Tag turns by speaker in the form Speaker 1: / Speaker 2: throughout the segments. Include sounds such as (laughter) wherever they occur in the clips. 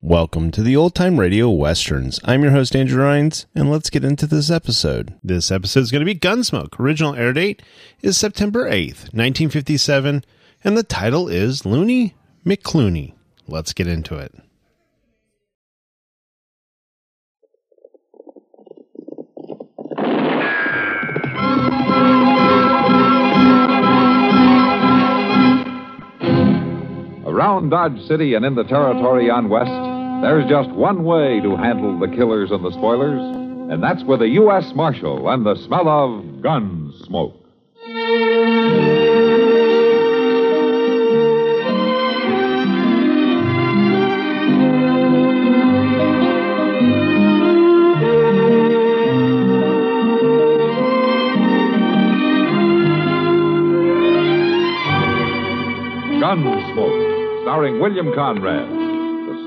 Speaker 1: Welcome to the Old Time Radio Westerns. I'm your host, Andrew Rhines, and let's get into this episode. This episode is going to be Gunsmoke. Original air date is September 8th, 1957, and the title is Looney McClooney. Let's get into it.
Speaker 2: Around Dodge City and in the territory on West, there's just one way to handle the killers and the spoilers, and that's with a U.S. Marshal and the smell of gun smoke. Gunsmoke, starring William Conrad. The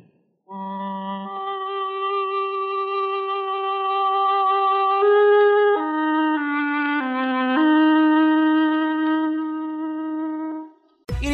Speaker 3: It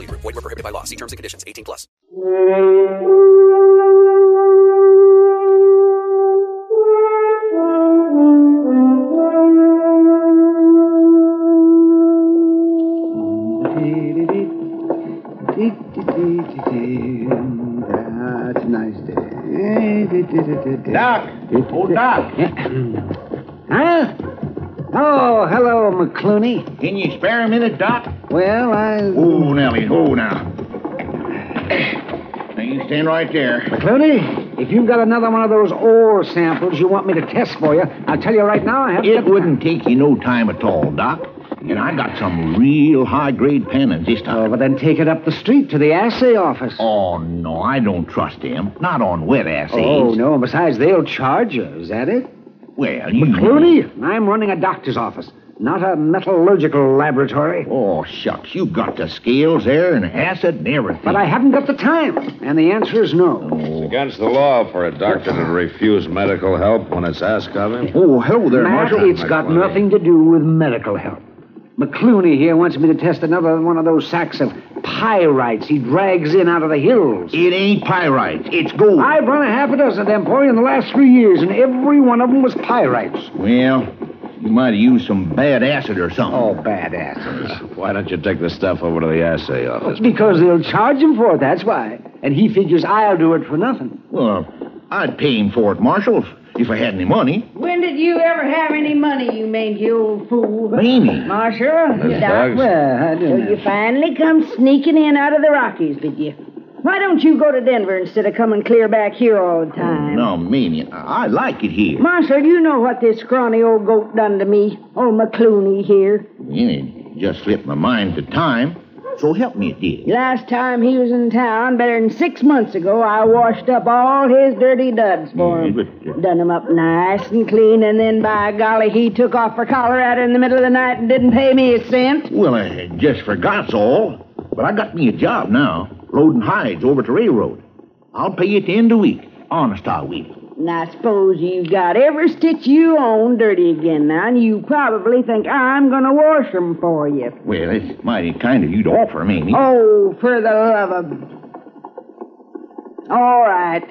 Speaker 4: Group. Void were prohibited by law. See terms and conditions. 18 plus.
Speaker 5: Uh,
Speaker 6: That's nice day. Doc! Oh, Doc! huh? Oh, hello, McClooney. Can you spare a minute, Doc? Well, I.
Speaker 7: Oh, Nellie, oh, now. Now, you stand right there.
Speaker 6: McClooney, if you've got another one of those ore samples you want me to test for you, I'll tell you right now I have
Speaker 7: It wouldn't take you no time at all, Doc. And I got some real high-grade pennants this
Speaker 6: Oh,
Speaker 7: time.
Speaker 6: but then take it up the street to the assay office.
Speaker 7: Oh, no, I don't trust him. Not on wet assays.
Speaker 6: Oh, no, and besides, they'll charge you. Is that it?
Speaker 7: Well, you...
Speaker 6: McClooney, I'm running a doctor's office, not a metallurgical laboratory.
Speaker 7: Oh, shucks, you got the scales there and acid and everything.
Speaker 6: But I haven't got the time. And the answer is no.
Speaker 2: It's against the law for a doctor to refuse medical help when it's asked of him.
Speaker 7: Oh, hello there,
Speaker 6: Matt,
Speaker 7: Marshal.
Speaker 6: it's got nothing to do with medical help. McClooney here wants me to test another one of those sacks of pyrites he drags in out of the hills.
Speaker 7: It ain't pyrite. It's gold.
Speaker 6: I've run a half a dozen of them for you in the last three years, and every one of them was pyrites.
Speaker 7: Well, you might have used some bad acid or something.
Speaker 6: Oh, badasses.
Speaker 2: (laughs) Why don't you take the stuff over to the assay office?
Speaker 6: Because they'll charge him for it, that's why. And he figures I'll do it for nothing.
Speaker 7: Well, I'd pay him for it, Marshal, if I had any money.
Speaker 8: When did you ever have any money, you mangy old fool?
Speaker 7: Meanie.
Speaker 8: Marshal,
Speaker 2: Miss
Speaker 8: Doc,
Speaker 2: Bugs,
Speaker 6: Well, I
Speaker 8: so
Speaker 6: do
Speaker 8: you finally come sneaking in out of the Rockies, did you? Why don't you go to Denver instead of coming clear back here all the time?
Speaker 9: No, Meanie, I I like it here.
Speaker 8: Marshal, you know what this scrawny old goat done to me. Old McClooney here.
Speaker 9: Meanie just slipped my mind to time. So help me, it did.
Speaker 8: Last time he was in town, better than six months ago, I washed up all his dirty duds for him. Done him up nice and clean, and then by golly, he took off for Colorado in the middle of the night and didn't pay me a cent.
Speaker 9: Well, I just forgot's all. But I got me a job now, loading hides over to railroad. I'll pay you at the end of the week. Honest, I will.
Speaker 8: And I suppose you've got every stitch you own dirty again now, and you probably think I'm going to wash 'em for you.
Speaker 9: Well, it's mighty kind of you to offer, Meanie.
Speaker 8: Oh, for the love of. All right.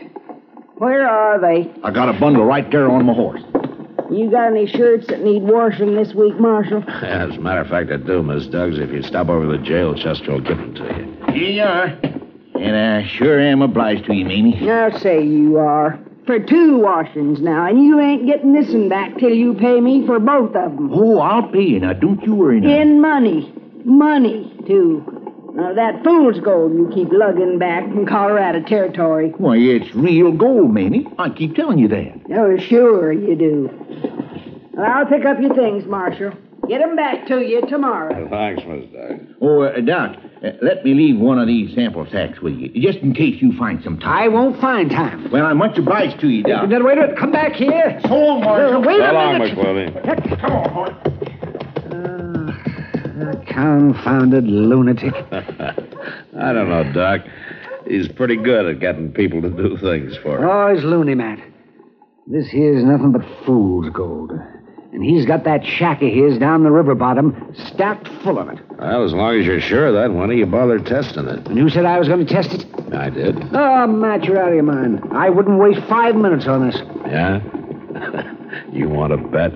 Speaker 8: Where are they?
Speaker 9: I got a bundle right there on my horse.
Speaker 8: You got any shirts that need washing this week, Marshal?
Speaker 7: As a matter of fact, I do, Miss Duggs. If you stop over to the jail, Chester will give them to you.
Speaker 9: Here you are. And I sure am obliged to you, Meanie.
Speaker 8: I'll say you are. For two washings now, and you ain't getting this one back till you pay me for both of 'em.
Speaker 9: Oh, I'll pay you. Now, don't you worry now.
Speaker 8: In money. Money, too. Now, that fool's gold you keep lugging back from Colorado territory.
Speaker 9: Why, it's real gold, Meanie. I keep telling you that.
Speaker 8: Oh, sure you do. Well, I'll pick up your things, Marshal. Get 'em back to you tomorrow.
Speaker 9: Thanks, Miss Doc. Oh, uh, Doc, uh, let me leave one of these sample sacks with you, just in case you find some time. I won't find time. Well, I'm much obliged to you, Doc.
Speaker 6: Now, wait a minute. Come back here. So long,
Speaker 9: Marshal.
Speaker 6: wait
Speaker 9: So
Speaker 6: a
Speaker 9: long,
Speaker 6: minute.
Speaker 9: Come on, boy.
Speaker 6: Confounded lunatic.
Speaker 7: I don't know, Doc. He's pretty good at getting people to do things for him.
Speaker 6: Always loony, Matt. This here's nothing but fool's gold. And he's got that shack of his down the river bottom stacked full of it.
Speaker 7: Well, as long as you're sure of that, why don't you bother testing it?
Speaker 6: And who said I was going to test it?
Speaker 7: I did.
Speaker 6: Oh, Matt, you're out of your mind. I wouldn't waste five minutes on this.
Speaker 7: Yeah? (laughs) you want to bet?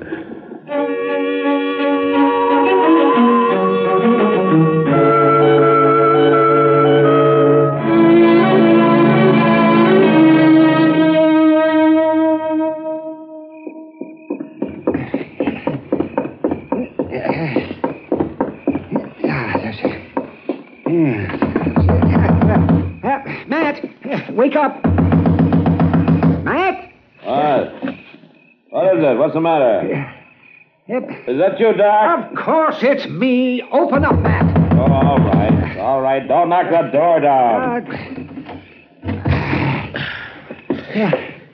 Speaker 6: Uh, Matt, uh, wake up. Matt?
Speaker 10: What? What is it? What's the matter?
Speaker 6: Yep.
Speaker 10: Is that you, Doc?
Speaker 6: Of course it's me. Open up, Matt.
Speaker 10: Oh, all right. All right. Don't knock that door down.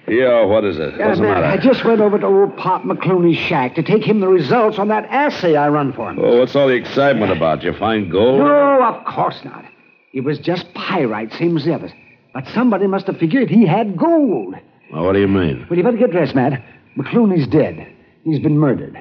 Speaker 7: Yeah, what is it?
Speaker 6: Yeah,
Speaker 7: What's the
Speaker 6: Matt, I
Speaker 7: matter?
Speaker 6: just went over to old Pop McClooney's shack to take him the results on that assay I run for him.
Speaker 7: Oh, what's all the excitement about? You find gold?
Speaker 6: No, of course not. It was just pyrite, same as the others. But somebody must have figured he had gold.
Speaker 7: Well, what do you mean?
Speaker 6: Well, you better get dressed, Matt. McClooney's dead. He's been murdered.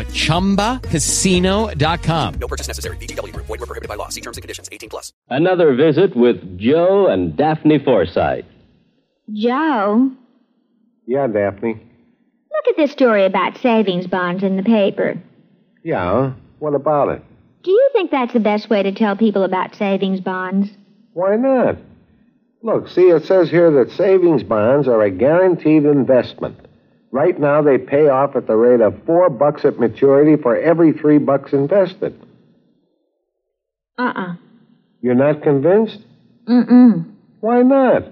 Speaker 3: at chumbacasino.com.
Speaker 11: No purchase necessary. VGW Group. Void were prohibited by law. See terms and conditions. 18 plus.
Speaker 12: Another visit with Joe and Daphne Forsythe.
Speaker 13: Joe,
Speaker 14: Yeah, Daphne.
Speaker 13: look at this story about savings bonds in the paper.
Speaker 14: Yeah? What about it?
Speaker 13: Do you think that's the best way to tell people about savings bonds?
Speaker 14: Why not? Look, see, it says here that savings bonds are a guaranteed investment. Right now, they pay off at the rate of four bucks at maturity for every three bucks invested.
Speaker 13: Uh-uh.
Speaker 14: You're not convinced?
Speaker 13: Mm-mm.
Speaker 14: Why not?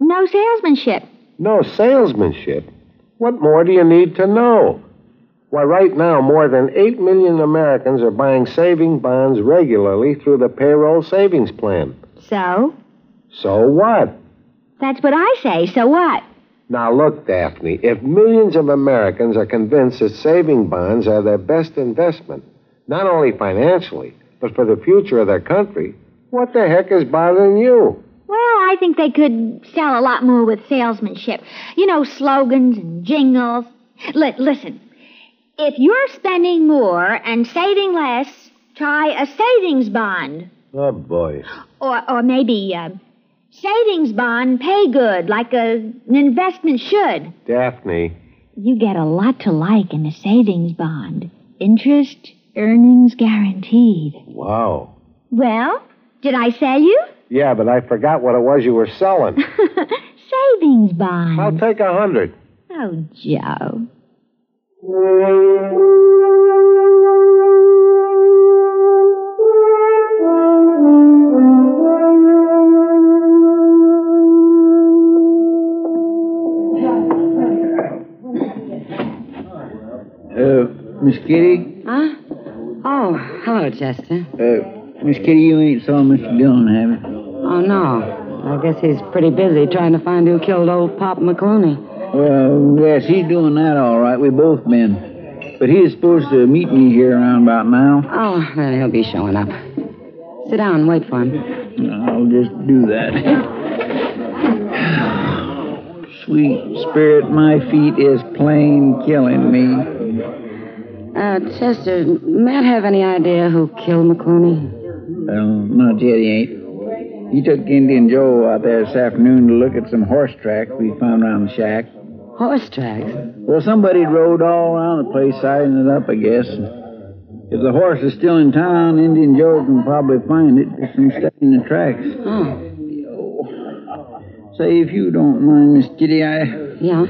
Speaker 13: No salesmanship.
Speaker 14: No salesmanship. What more do you need to know? Why, right now, more than 8 million Americans are buying saving bonds regularly through the payroll savings plan.
Speaker 13: So?
Speaker 14: So what?
Speaker 13: That's what I say. So what?
Speaker 14: Now, look, Daphne, if millions of Americans are convinced that saving bonds are their best investment, not only financially, but for the future of their country, what the heck is bothering you?
Speaker 13: Well, I think they could sell a lot more with salesmanship. You know, slogans and jingles. Li- listen, if you're spending more and saving less, try a savings bond.
Speaker 14: Oh, boy.
Speaker 13: Or, or maybe a savings bond pay good like a, an investment should.
Speaker 14: Daphne.
Speaker 13: You get a lot to like in a savings bond. Interest, earnings guaranteed.
Speaker 14: Wow.
Speaker 13: Well, did I sell you?
Speaker 14: Yeah, but I forgot what it was you were selling.
Speaker 13: Savings bond.
Speaker 14: I'll take a hundred.
Speaker 13: Oh, Joe.
Speaker 5: Uh, Miss Kitty?
Speaker 15: Huh? Oh, hello, Chester.
Speaker 5: Uh, Miss Kitty, you ain't saw Mr. Dillon, have you?
Speaker 15: Oh, no. I guess he's pretty busy trying to find who killed old Pop McClooney.
Speaker 5: Well, yes, he's doing that all right. We both been. But he is supposed to meet me here around about now.
Speaker 15: Oh, then he'll be showing up. Sit down and wait for him.
Speaker 5: I'll just do that. (laughs) Sweet spirit, my feet is plain killing me.
Speaker 15: Uh, Chester, Matt have any idea who killed McClooney?
Speaker 5: Um, not yet, he ain't. He took Indian Joe out there this afternoon to look at some horse tracks we found around the shack.
Speaker 15: Horse tracks?
Speaker 5: Well, somebody rode all around the place, sizing it up, I guess. If the horse is still in town, Indian Joe can probably find it just from studying the tracks.
Speaker 15: Oh.
Speaker 5: Say, if you don't mind, Miss Kitty, I.
Speaker 15: Yeah?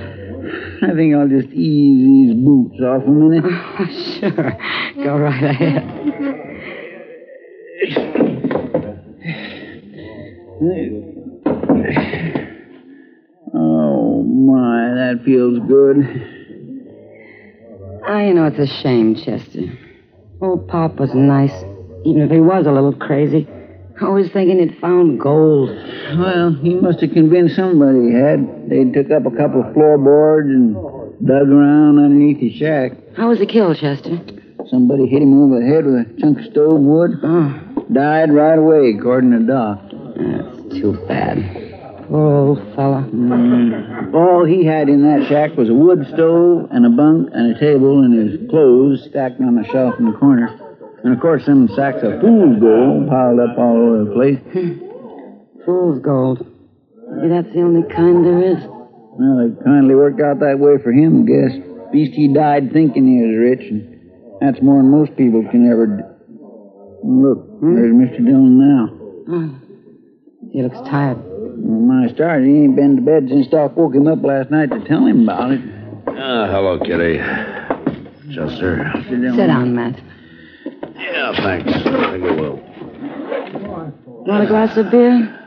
Speaker 5: I think I'll just ease these boots off a minute.
Speaker 15: (laughs) sure. (laughs) Go right ahead.
Speaker 5: Oh, my, that feels good.
Speaker 15: Ah, you know, it's a shame, Chester. Old Pop was nice, even if he was a little crazy. Always thinking he'd found gold.
Speaker 5: Well, he must have convinced somebody he had. They took up a couple of floorboards and dug around underneath the shack.
Speaker 15: How was he killed, Chester?
Speaker 5: Somebody hit him over the head with a chunk of stove wood.
Speaker 15: Ah.
Speaker 5: Died right away, according to Doc. That's
Speaker 15: too bad.
Speaker 5: Oh,
Speaker 15: Poor old fella.
Speaker 5: Mm. All he had in that shack was a wood stove and a bunk and a table and his clothes stacked on a shelf in the corner. And of course, some sacks of fool's gold piled up all over the place.
Speaker 15: (laughs) Fool's gold. Maybe that's the only kind there is.
Speaker 5: Well, it kindly worked out that way for him, I guess. At least he died thinking he was rich, and that's more than most people can ever do. Look,
Speaker 15: Hmm?
Speaker 5: there's Mr. Dillon now.
Speaker 15: Oh, he looks tired.
Speaker 5: When I started, he ain't been to bed since Doc woke him up last night to tell him about it.
Speaker 7: Ah, hello, Kitty. Chester.
Speaker 15: Sit down, Matt.
Speaker 7: Yeah, thanks. I think we will.
Speaker 15: Want a glass of beer?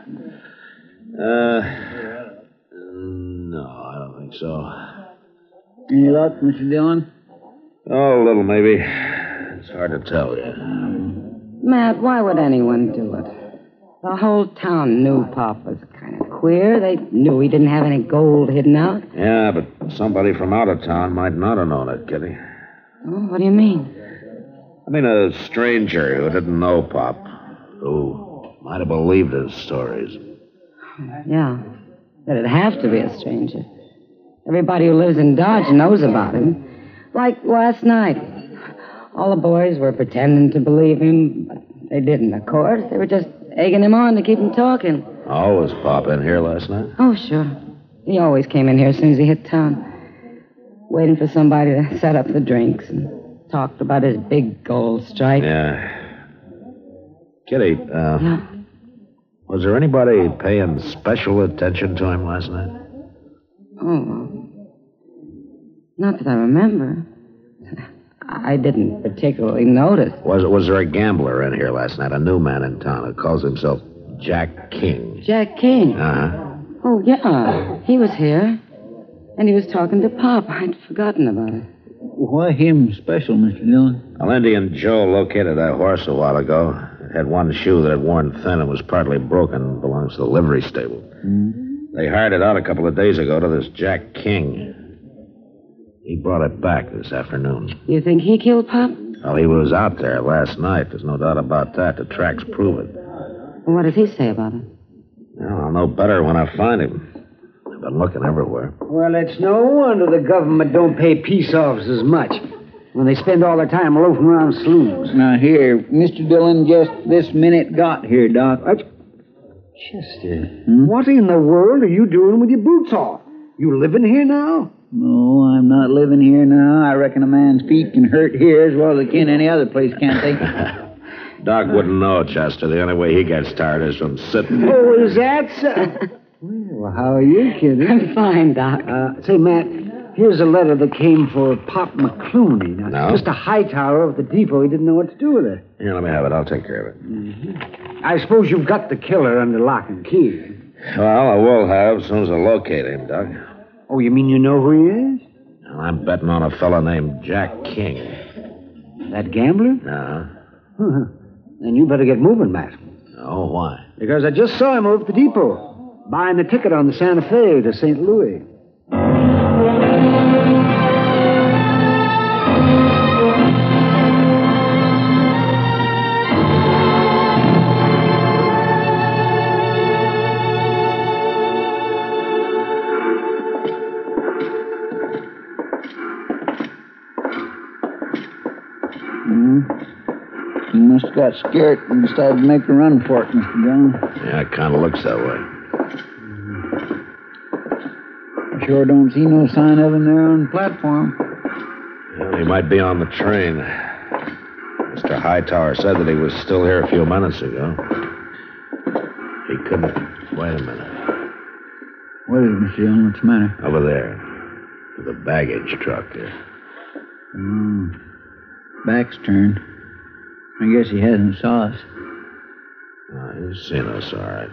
Speaker 7: Uh, no, I don't think so.
Speaker 5: Any luck, Mr. Dillon?
Speaker 7: Oh, a little maybe. It's hard to tell yet.
Speaker 15: Matt, why would anyone do it? The whole town knew Pop was kind of queer. They knew he didn't have any gold hidden out.
Speaker 7: Yeah, but somebody from out of town might not have known it, Kitty.
Speaker 15: Oh, what do you mean?
Speaker 7: I mean, a stranger who didn't know Pop, who might have believed his stories.
Speaker 15: Yeah. But it'd have to be a stranger. Everybody who lives in Dodge knows about him. Like last night. All the boys were pretending to believe him, but they didn't, of course. They were just egging him on to keep him talking.
Speaker 7: Oh, was Pop in here last night?
Speaker 15: Oh, sure. He always came in here as soon as he hit town, waiting for somebody to set up the drinks and talked about his big gold strike.
Speaker 7: Yeah. Kitty, uh,
Speaker 15: Yeah.
Speaker 7: was there anybody paying special attention to him last night?
Speaker 15: Oh, not that I remember. (laughs) I didn't particularly notice.
Speaker 7: Was was there a gambler in here last night? A new man in town who calls himself Jack King.
Speaker 15: Jack King.
Speaker 7: Uh huh.
Speaker 15: Oh, yeah. He was here. And he was talking to Pop. I'd forgotten about it.
Speaker 5: Why him special, Mr. Dillon?
Speaker 7: Well, Indy and Joe located that horse a while ago. It had one shoe that had worn thin and was partly broken. Belongs to the livery stable. They hired it out a couple of days ago to this Jack King. He brought it back this afternoon.
Speaker 15: You think he killed Pop?
Speaker 7: Well, he was out there last night. There's no doubt about that. The tracks prove it.
Speaker 15: What does he say about it?
Speaker 7: Well, I'll know better when I find him. I've been looking everywhere.
Speaker 6: Well, it's no wonder the government don't pay peace officers much when they spend all their time loafing around saloons.
Speaker 5: Now, here, Mr. Dillon just this minute got here, Doc.
Speaker 6: Chester. What in the world are you doing with your boots off? You living here now?
Speaker 5: No, Oh, I'm not living here now. I reckon a man's feet can hurt here as well as they can any other place, can't (laughs) they?
Speaker 7: Doc wouldn't know, Chester. The only way he gets tired is from sitting.
Speaker 6: Oh, is that so? well, how are you, Kitty? I'm fine, Doc. Uh, say, Matt, here's a letter that came for Pop McClooney. Now,
Speaker 7: No?
Speaker 6: Mr. Hightower of the depot, he didn't know what to do with it.
Speaker 7: Here, let me have it. I'll take care of it.
Speaker 6: I suppose you've got the killer under lock and key.
Speaker 7: Well, I will have as soon as I locate him, Doc.
Speaker 6: Oh, you mean you know who he is?
Speaker 7: And I'm betting on a fellow named Jack King. Uh-huh.
Speaker 6: That gambler?
Speaker 7: No.
Speaker 6: Huh. Uh-huh. Then you better get moving, Matt.
Speaker 7: Oh, why?
Speaker 6: Because I just saw him over at the depot, buying the ticket on the Santa Fe to St. Louis.
Speaker 5: Hmm. You must have got scared and decided to make a run for it, Mr. Dillon.
Speaker 7: Yeah, it kind of looks that way.
Speaker 5: I sure don't see no sign of him there on the platform.
Speaker 7: Well, he might be on the train. Mr. Hightower said that he was still here a few minutes ago. He couldn't. Wait a minute.
Speaker 5: What is it, Mr. Dillon? What's the matter?
Speaker 7: Over there. with The baggage truck there.
Speaker 5: Hmm. Back's turned. I guess he hasn't saw us.
Speaker 7: Oh, he's seen us, all right.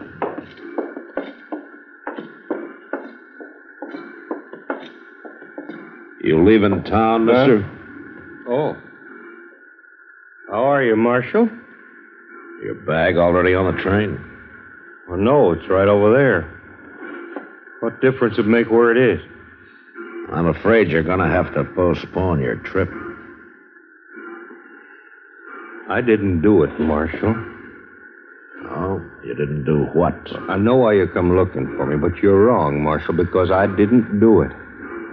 Speaker 7: You leaving town, mister?
Speaker 16: Oh. How are you, Marshal?
Speaker 7: Your bag already on the train?
Speaker 16: Well, no, it's right over there. What difference it make where it is?
Speaker 7: I'm afraid you're going to have to postpone your trip.
Speaker 16: I didn't do it, Marshal.
Speaker 7: Oh, you didn't do what?
Speaker 16: I know why you come looking for me, but you're wrong, Marshal, because I didn't do it.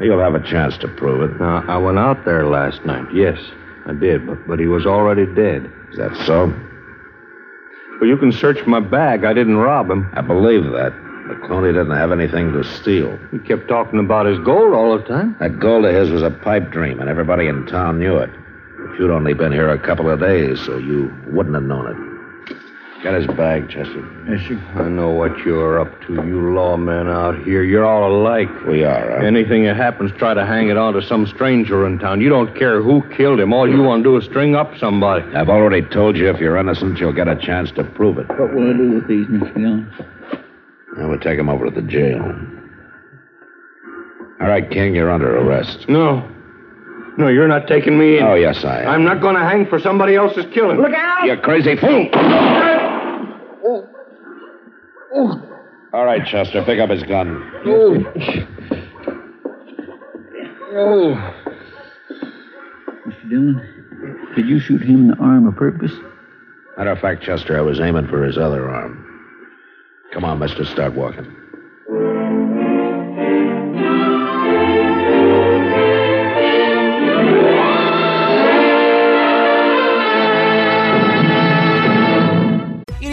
Speaker 7: You'll have a chance to prove it.
Speaker 16: Now, I went out there last night, yes, I did, but, but he was already dead.
Speaker 7: Is that so?
Speaker 16: Well, you can search my bag. I didn't rob him.
Speaker 7: I believe that. McCloney didn't have anything to steal.
Speaker 16: He kept talking about his gold all the time.
Speaker 7: That gold of his was a pipe dream, and everybody in town knew it. But you'd only been here a couple of days, so you wouldn't have known it. Got his bag, Chester.
Speaker 5: Yes, sir.
Speaker 16: I know what you're up to, you lawmen out here. You're all alike.
Speaker 7: We are, huh?
Speaker 16: Anything that happens, try to hang it on to some stranger in town. You don't care who killed him. All you want to do is string up somebody.
Speaker 7: I've already told you if you're innocent, you'll get a chance to prove it.
Speaker 5: What will I do with these, Mr. Dillon?
Speaker 7: Now we'll take him over to the jail. All right, King, you're under arrest.
Speaker 16: No. No, you're not taking me in.
Speaker 7: Oh, yes, I am.
Speaker 16: I'm not going to hang for somebody else's killing. Look out!
Speaker 7: You crazy fool! All right, Chester, pick up his gun.
Speaker 16: Oh. Oh.
Speaker 5: Mr. Dillon, did you shoot him in the arm of purpose?
Speaker 7: Matter of fact, Chester, I was aiming for his other arm. Come on, mister, start walking.
Speaker 3: It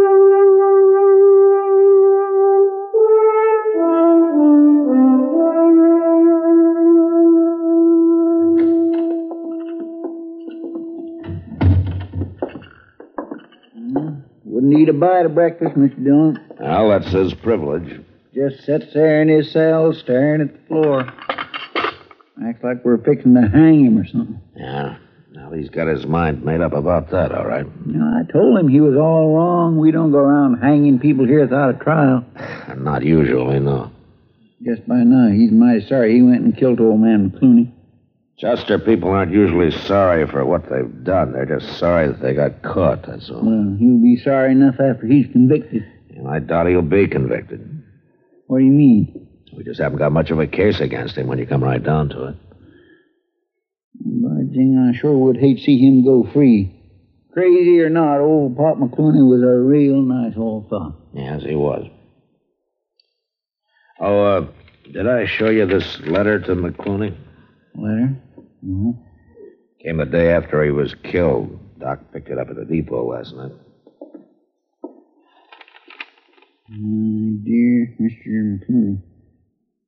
Speaker 5: Wouldn't eat a bite of breakfast, Mr. Dillon.
Speaker 7: Well, that's his privilege.
Speaker 5: Just sits there in his cell staring at the floor. Acts like we're fixing to hang him or something.
Speaker 7: Yeah. Now he's got his mind made up about that, all right.
Speaker 5: No, I told him he was all wrong. We don't go around hanging people here without a trial.
Speaker 7: Not usually, no.
Speaker 5: Guess by now he's mighty sorry he went and killed old man McClooney.
Speaker 7: Chester people aren't usually sorry for what they've done. They're just sorry that they got caught, that's all.
Speaker 5: Well, he'll be sorry enough after he's convicted.
Speaker 7: And I doubt he'll be convicted.
Speaker 5: What do you mean?
Speaker 7: We just haven't got much of a case against him when you come right down to it.
Speaker 5: By jing, I sure would hate to see him go free. Crazy or not, old Pop McClooney was a real nice old fellow.
Speaker 7: Yes, he was. Oh, uh, did I show you this letter to McClooney?
Speaker 5: Letter?
Speaker 7: Came the day after he was killed. Doc picked it up at the depot last night.
Speaker 5: My dear Mr. McClooney,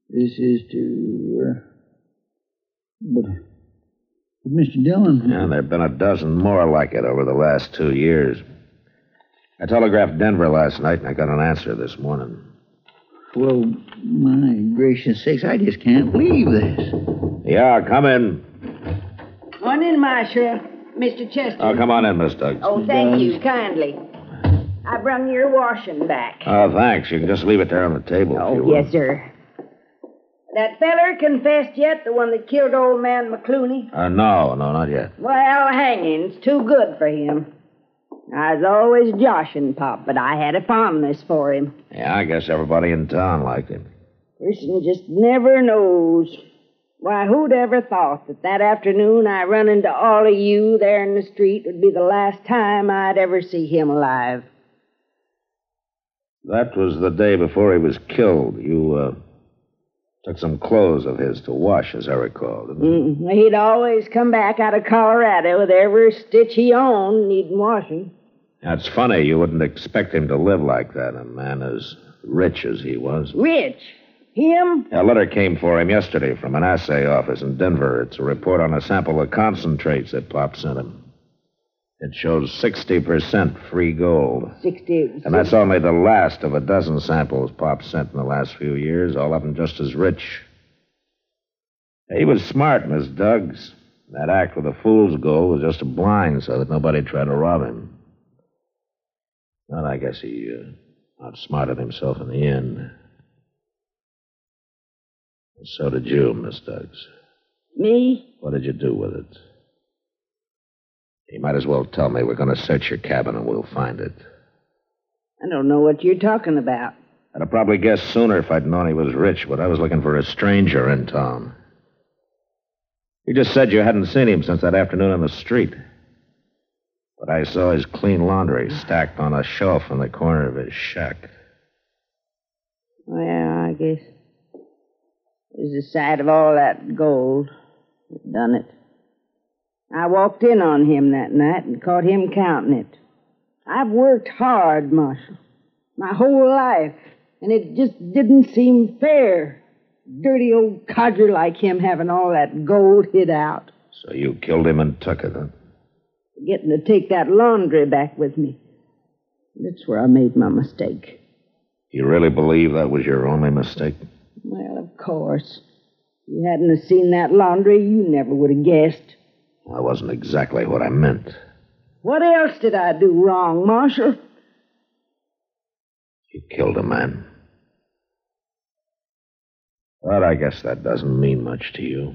Speaker 5: this is to. Uh, but, but Mr.
Speaker 8: Mm-hmm.
Speaker 5: Dillon.
Speaker 7: Yeah, there have been a dozen more like it over the last two years. I telegraphed Denver last night, and I got an answer this morning.
Speaker 5: Well, my gracious sakes, I just can't believe this.
Speaker 7: Yeah, come in.
Speaker 8: On in, my Sheriff. Mr. Chester.
Speaker 7: Oh, come on in, Miss Doug.
Speaker 8: Oh, thank you kindly. I brung your washing back.
Speaker 7: Oh, thanks. You can just leave it there on the table. if you will.
Speaker 8: Oh, yes, sir. That feller confessed yet, the one that killed old man McClooney?
Speaker 7: Uh, no, no, not yet.
Speaker 8: Well, hanging's too good for him. I was always joshing Pop, but I had a fondness for him.
Speaker 7: Yeah, I guess everybody in town liked him.
Speaker 8: Person just never knows. Why, who'd ever thought that that afternoon I run into all of you there in the street would be the last time I'd ever see him alive?
Speaker 7: That was the day before he was killed. You uh, took some clothes of his to wash, as I recall. Didn't you?
Speaker 8: Mm-mm. He'd always come back out of Colorado with every stitch he owned needing washing.
Speaker 7: That's funny. You wouldn't expect him to live like that, a man as rich as he was.
Speaker 8: Rich? Him?
Speaker 7: A letter came for him yesterday from an assay office in Denver. It's a report on a sample of concentrates that Pop sent him. It shows 60% free gold.
Speaker 8: Sixty.
Speaker 7: And that's only the last of a dozen samples Pop sent in the last few years, all of them just as rich. He was smart, Miss Duggs. That act with the fool's gold was just a blind so that nobody tried to rob him. Well, I guess he uh, outsmarted himself in the end. And so did you, Miss Duggs.
Speaker 8: Me?
Speaker 7: What did you do with it? You might as well tell me. We're going to search your cabin and we'll find it.
Speaker 8: I don't know what you're talking about.
Speaker 7: I'd have probably guessed sooner if I'd known he was rich, but I was looking for a stranger in town. You just said you hadn't seen him since that afternoon on the street. But I saw his clean laundry stacked on a shelf in the corner of his shack.
Speaker 8: Well, I guess it was the sight of all that gold that done it. I walked in on him that night and caught him counting it. I've worked hard, Marshal, my whole life, and it just didn't seem fair. Dirty old codger like him having all that gold hid out,
Speaker 7: So you killed him and took it, huh?
Speaker 8: getting to take that laundry back with me. That's where I made my mistake.
Speaker 7: You really believe that was your only mistake?
Speaker 8: Well, of course. If you hadn't have seen that laundry, you never would have guessed.
Speaker 7: That wasn't exactly what I meant.
Speaker 8: What else did I do wrong, Marshal?
Speaker 7: You killed a man. But I guess that doesn't mean much to you.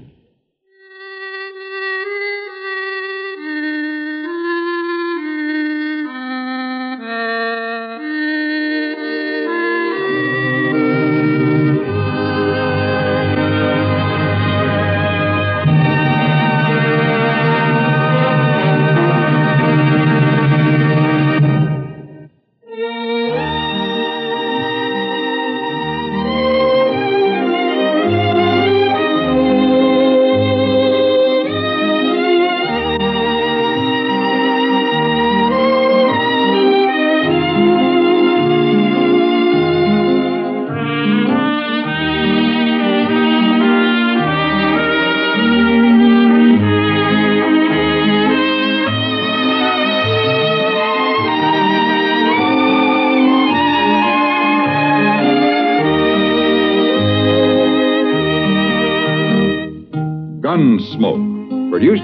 Speaker 2: Produced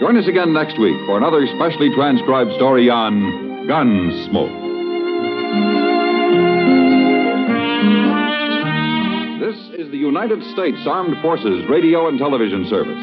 Speaker 2: Join us again next week for another specially transcribed story on Gunsmoke. This is the United States Armed Forces Radio and Television Service.